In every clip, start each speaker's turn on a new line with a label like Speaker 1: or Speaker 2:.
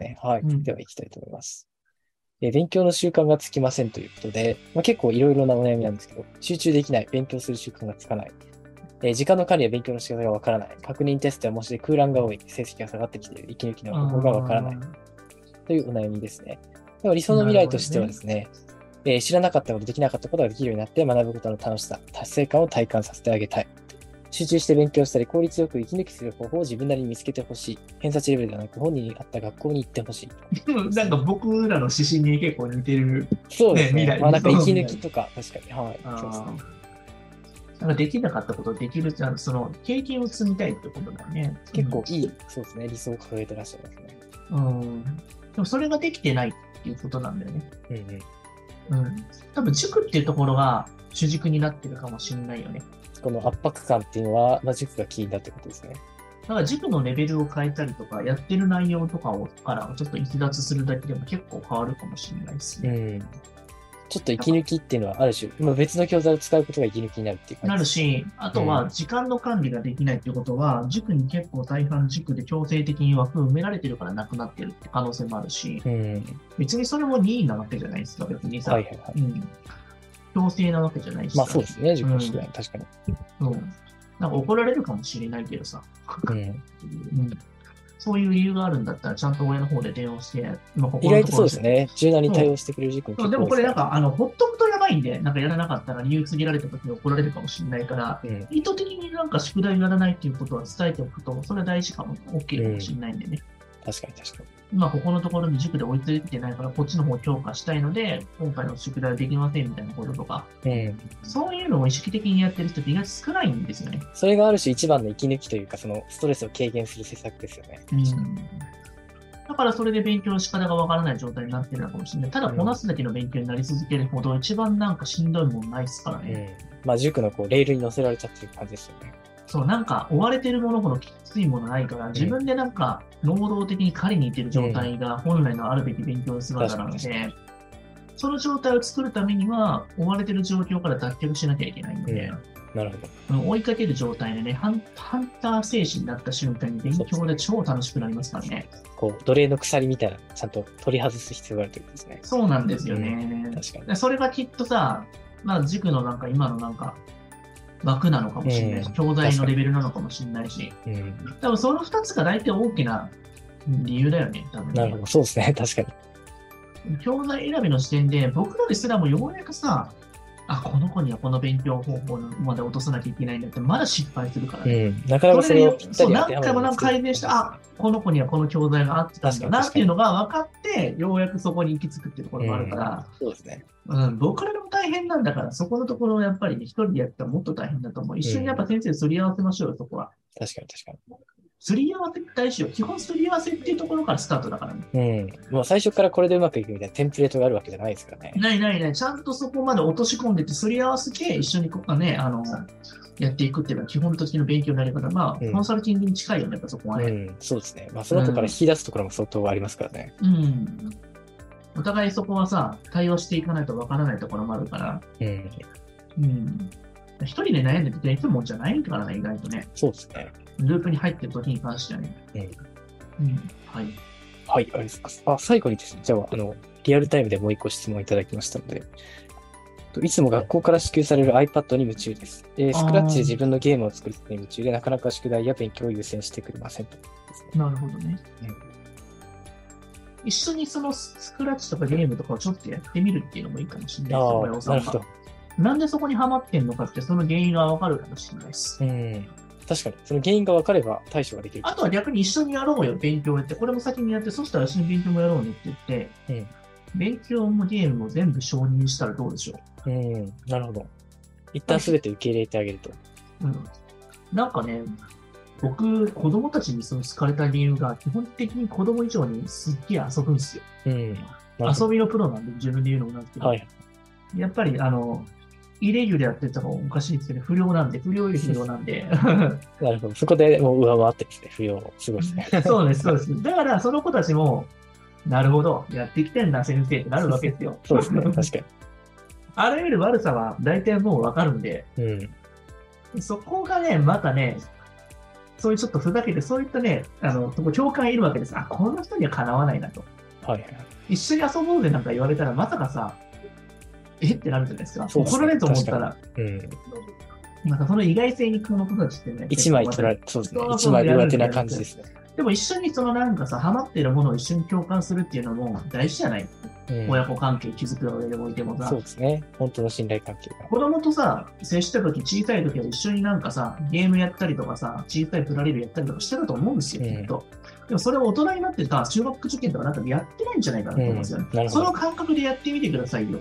Speaker 1: ね。はい。
Speaker 2: うん
Speaker 1: では、いきたいと思います。えー勉強の習慣がつきませんということで、まあ、結構いろいろなお悩みなんですけど、集中できない、勉強する習慣がつかない、えー時間の管理や勉強の仕方がわからない、確認テストや模試で空欄が多い、成績が下がってきている、息抜きの方法がわからない
Speaker 2: あー。
Speaker 1: というお悩みですね。でも理想の未来としてはですね、えー知らなかったこと、できなかったことができるようになって学ぶことの楽しさ、達成感を体感させてあげたい。集中して勉強したり、効率よく息抜きする方法を自分なりに見つけてほしい。偏差値レベルではなく、本人に合った学校に行ってほしい。
Speaker 2: でもなんか僕らの指針に結構似てる。
Speaker 1: そうですね。
Speaker 2: ね未来
Speaker 1: まあなんか
Speaker 2: 理想の
Speaker 1: 息抜
Speaker 2: 未来
Speaker 1: きとか、確かに。はい。そうですね。
Speaker 2: なんかできなかったことできるじゃん、その経験を積みたいってことだよね。
Speaker 1: 結構いい、そうですね。理想を掲げてらっしゃいますね。
Speaker 2: うん。うん。でもそれができてないっていうことなんだよね。
Speaker 1: うんうん。
Speaker 2: うん。多分塾っていうところが主軸になってるかもしれないよね。
Speaker 1: この圧迫感っていうのは、まあ、塾がキーだってことですね。
Speaker 2: だから塾のレベルを変えたりとか、やってる内容とかをからちょっと逸脱するだけでも結構変わるかもしれないですね。
Speaker 1: うん。ちょっと息抜きっていうのは、ある種、まあ、別の教材を使うことが息抜きになるっていう感じ
Speaker 2: な
Speaker 1: で
Speaker 2: る
Speaker 1: す
Speaker 2: し、あと
Speaker 1: うん
Speaker 2: は時間の管理ができないってことは、塾に結構大半塾で強制的に枠埋められてるからなくなってるって可能性もあるし、
Speaker 1: うん。
Speaker 2: 別にそれも任意なわけじゃないですか、別にさ。
Speaker 1: はいはいはい。
Speaker 2: うん。強制なわけじゃないしさ。
Speaker 1: まあそうですね、自己宿題、
Speaker 2: う
Speaker 1: 確かに。
Speaker 2: うん。なんか怒られるかもしれないけどさ。
Speaker 1: うん、
Speaker 2: うん。そういう理由があるんだったら、ちゃんと親の方で電話して、まあここ
Speaker 1: 意
Speaker 2: の
Speaker 1: 外
Speaker 2: と
Speaker 1: と
Speaker 2: こ
Speaker 1: そう
Speaker 2: ろ
Speaker 1: ですね、柔軟に対応してくれる時期も
Speaker 2: そ
Speaker 1: 結
Speaker 2: うでも
Speaker 1: 構
Speaker 2: こ
Speaker 1: 多い
Speaker 2: れ
Speaker 1: で
Speaker 2: な
Speaker 1: す
Speaker 2: ん
Speaker 1: か
Speaker 2: か、あの、ほっとくとやばいんで、なんかやらなかったら理由告げられた時に怒られるかもしれないから、
Speaker 1: らうん、
Speaker 2: 意図的になんか宿題やらないっていうことは伝えておくと、それは大事かも、OK かもしれないんでね。
Speaker 1: 確かに確かに。
Speaker 2: 今ここのところに塾で追いついてないから、こっちの方を強化したいので、今回の宿題はできませんみたいなこととか、
Speaker 1: うん、
Speaker 2: そういうのを意識的にやってる人って意外と少ないんですよね。
Speaker 1: それがある種一番の息抜きというか、そのストレスを軽減する施策ですよね。
Speaker 2: だからそれで勉強の仕方がわからない状態になってるのかもしれない。ただこなすだけの勉強になり続けるほど、一番なんかしんどいもんないですから
Speaker 1: う
Speaker 2: ね。
Speaker 1: ん、まあ塾のこうレールに乗せられちゃってる感じですよね。
Speaker 2: そう、なんか追われてるものほどきついものないから、自分でなんか能動的に狩りに行ってる状態が本来のあるべき勉強の姿なの
Speaker 1: 確
Speaker 2: で、その状態を作るためには、追われてる状況から脱却しなきゃいけないので、
Speaker 1: なるほど。
Speaker 2: うん追いかける状態でねハン、ハンター精神になった瞬間に勉強で超楽しくなりますからね。
Speaker 1: こう、奴隷の鎖みたいなのちゃんと取り外す必要があるということですね。
Speaker 2: そうなんですよね。
Speaker 1: 確かに。
Speaker 2: でそれがきっとさ、まあ、塾のなんか今のなんか枠なのかもしれないし、
Speaker 1: うん
Speaker 2: 教材のレベルなのかもしれないし、
Speaker 1: うん、
Speaker 2: 多分その2つが大体大きな理由だよね、多分ね
Speaker 1: なるほど、そうですね、 確かに。
Speaker 2: 教材選びの視点で、僕らですらもようやくさ、あ、この子にはこの勉強方法まで落とさなきゃいけないんだって、まだ失敗するからね。
Speaker 1: うん、なかなかそれをぴった
Speaker 2: そう
Speaker 1: り当
Speaker 2: 何
Speaker 1: てはま
Speaker 2: 回
Speaker 1: る
Speaker 2: も
Speaker 1: のが
Speaker 2: 何回も改善して、あこの子にはこの教材が合ってたんだなっていうのが分かって、ようやくそこに行き着くっていうところもあるから、
Speaker 1: そうですね。
Speaker 2: うん、僕らも大変なんだから、そこのところをやっぱりね、一人でやったらもっと大変だと思う。一緒にやっぱ先生すり合わせましょうよ、そこは。
Speaker 1: 確かに確かに。
Speaker 2: すり合わせって大事よ。基本すり合わせっていうところからスタートだからね。
Speaker 1: うん。もう最初からこれでうまくいくみたいなテンプレートがあるわけじゃないですからね。
Speaker 2: ないないない、ちゃんとそこまで落とし込んでて、すり合わせて一緒にこうね、あの、やっていくっていうのは基本的な勉強になり方。まあ、
Speaker 1: うん
Speaker 2: コンサルティングに近いよね、やっぱそこは
Speaker 1: う
Speaker 2: ね。
Speaker 1: ん、そうですね。まあ、その後から引き出すところも相当ありますからね。
Speaker 2: うん。お互いそこはさ、対応していかないとわからないところもあるから、
Speaker 1: うん、
Speaker 2: うん。一人で悩んでていつもんじゃないからね、意外とね。
Speaker 1: そうですね。
Speaker 2: ループに入ってる時に関してはね。うん。はい。
Speaker 1: はい、ありがとうございます。あ、最後にですね、じゃあ、あの、リアルタイムでもう一個質問いただきましたので、といつも学校から支給される iPad に夢中です。えー
Speaker 2: あー
Speaker 1: スクラッチで自分のゲームを作ることに夢中で、なかなか宿題や勉強を優先してくれませんと。
Speaker 2: なるほどね
Speaker 1: うん。
Speaker 2: 一緒にそのススクラッチとかゲームとかをちょっとやってみるっていうのもいいかもしれないですよ、親御
Speaker 1: ああ、
Speaker 2: さ
Speaker 1: なんる
Speaker 2: が
Speaker 1: ほど。
Speaker 2: なんでそこにハマってんのかって、その原因がわかるかもしれないです。
Speaker 1: うん。確かに、その原因が分かれば対処ができる。
Speaker 2: あとは逆に一緒にやろうよ、勉強やって。これも先にやって、そしたら一緒に勉強もやろうねって言って、
Speaker 1: うん
Speaker 2: 勉強もゲームも全部承認したらどうでしょ
Speaker 1: うん、なるほど。一旦すべて受け入れてあげると。
Speaker 2: う。うん。なんかね、僕、子供たちにその好かれた理由が、基本的に子供以上にすっげえ遊ぶんですよ。
Speaker 1: うん。なるほ
Speaker 2: 遊びのプロなんで自分で言うのもなんですけ
Speaker 1: ど。
Speaker 2: ど、
Speaker 1: はい。
Speaker 2: やっぱりあの、イレギュラーって言ったらおかしいですけど、不良なんで、不良より不良な んで。
Speaker 1: なるほど。そこでもう上回ってですね、不要の。すごいですね。
Speaker 2: そうです、そうです。だから、その子たちも、なるほど、やってきてんだ、先生ってなるわけですよ。
Speaker 1: そうですね、確か
Speaker 2: あらゆる悪さは大体もうわかるんで、
Speaker 1: に。うん。
Speaker 2: そこがね、またね、そういうちょっとふざけて、そういったね、あの、とこ共感いるわけです。あ、この人にはかなわないなと。
Speaker 1: はいはい。
Speaker 2: 一緒に遊ぼうぜなんか言われたら、まさかさ、えってなるじゃないですか。
Speaker 1: そうですね
Speaker 2: 怒られると思ったら、
Speaker 1: うん。
Speaker 2: なんかその意外性にこの子たちってね、
Speaker 1: 一枚取られて、そうですね。一枚両手な感じですね。
Speaker 2: でも一緒にそのなんかさ、ハマってるものを一緒に共感するっていうのも大事じゃない、
Speaker 1: うん
Speaker 2: 親子関係築く上でおいてもさ
Speaker 1: そう。ですね。本当の信頼関係が。
Speaker 2: 子供とさ、接した時小さい時は一緒になんかさ、ゲームやったりとかさ、小さいプラレールやったりとかしてたと思うんですよ、
Speaker 1: う
Speaker 2: き
Speaker 1: ん
Speaker 2: っと。でもそれを大人になってさ、中学受験とかなんかでやってないんじゃないかなと思うんですよね。
Speaker 1: うんなるほ
Speaker 2: そ
Speaker 1: ど
Speaker 2: の感覚でやってみてくださいよ。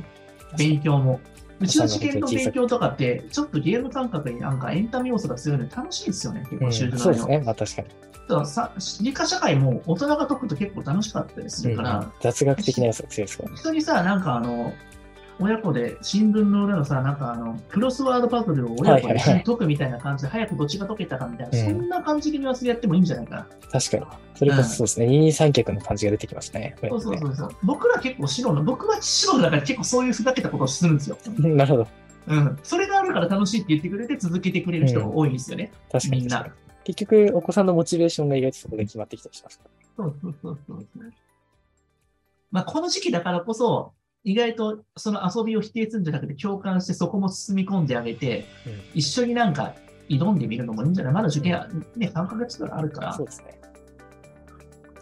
Speaker 2: 勉強も。うちの試験の勉強とかって、ちょっとゲーム感覚になんかエンタメ要素が強いので楽しいですよね、結
Speaker 1: う
Speaker 2: 構、
Speaker 1: ん、
Speaker 2: シュー
Speaker 1: そう
Speaker 2: ト
Speaker 1: です
Speaker 2: の。
Speaker 1: ね。まあ確かに。
Speaker 2: だからさ理科社会も大人が解くと結構楽しかったりするから、
Speaker 1: うん雑学的な要素が強いですからね。
Speaker 2: 人にさ、なんかあの、親子で新聞の裏のさ、なんかあの、クロスワードパズルを親子で一緒に解くみたいな感じで、早くどっちが解けたかみたいな、
Speaker 1: うん
Speaker 2: そんな感じでニュアンスでやってもいいんじゃないかな。
Speaker 1: 確かに。それこそそうですね。二人三脚の感じが出てきますね。
Speaker 2: そうそうそうそう。僕ら結構白の、僕は白のだから結構そういうふざけたことをするんですよ。
Speaker 1: うん なるほど。
Speaker 2: うん。それがあるから楽しいって言ってくれて続けてくれる人が多いんですよね。
Speaker 1: 確かに。
Speaker 2: みんな
Speaker 1: 確かに結局、お子さんのモチベーションが意外とそこで決まってきたりしますから。
Speaker 2: そうそうそうそう。まあ、この時期だからこそ、意外とその遊びを否定するんじゃなくて共感してそこも進み込んであげて、
Speaker 1: うん
Speaker 2: 一緒になんか挑んでみるのもいいんじゃないまだ受験は、ね、3ヶ月ぐらいあるから
Speaker 1: そうですね。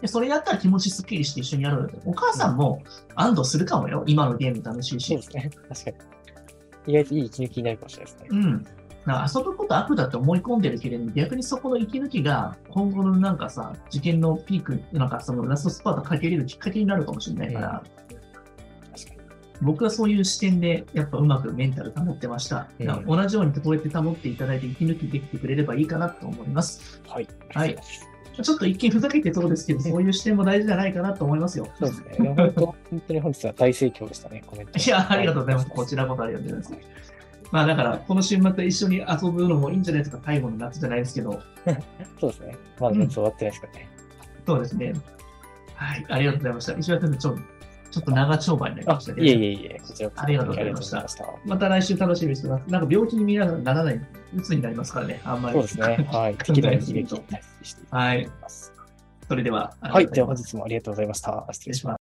Speaker 2: で、それやったら気持ちすっきりして一緒にやろうよ。お母さんも安堵するかもよ。今のゲーム楽しい
Speaker 1: そう
Speaker 2: し
Speaker 1: で。すね。確かに。意外といい息抜きになるかもしれないですね。
Speaker 2: うん。なんか遊ぶこと悪だって思い込んでるけれども、逆にそこの息抜きが今後のなんかさ、受験のピーク、なんかそのラストスパートかけれるきっかけになるかもしれないから、
Speaker 1: 確かに。
Speaker 2: 僕はそういう視点で、やっぱうまくメンタル保ってました。
Speaker 1: うん
Speaker 2: だから同じようにこうやって保っていただいて、息抜きできてくれればいいかなと思います。
Speaker 1: はい。
Speaker 2: はいちょっと一見ふざけてそうですけど、そういう視点も大事じゃないかなと思いますよ。
Speaker 1: そうですね。でも本当、本当に本日は大盛況でしたね、コメント。
Speaker 2: いや、ありがとうございます。こちらこそありがとうございます。まあだから、この週末一緒に遊ぶのもいいんじゃないですか、最後の夏じゃないですけど。
Speaker 1: そうですね。まだ夏終わってないですからね。
Speaker 2: そうですね。はい、ありがとうございました。石原先生、ちょちょっと長丁場になり
Speaker 1: あ
Speaker 2: ました、けど。
Speaker 1: いえいえいえ、こちらこそ
Speaker 2: ありがとうございました
Speaker 1: ありがとうございま
Speaker 2: また来週楽しみにしてます。なんか病気に見ながらならない、鬱になりますからね、あんま
Speaker 1: したそ
Speaker 2: り。
Speaker 1: うですね。はい。適度に悲劇に対していきたいと思います。
Speaker 2: それでは、
Speaker 1: はい。では本日もありがとうございました。失礼します。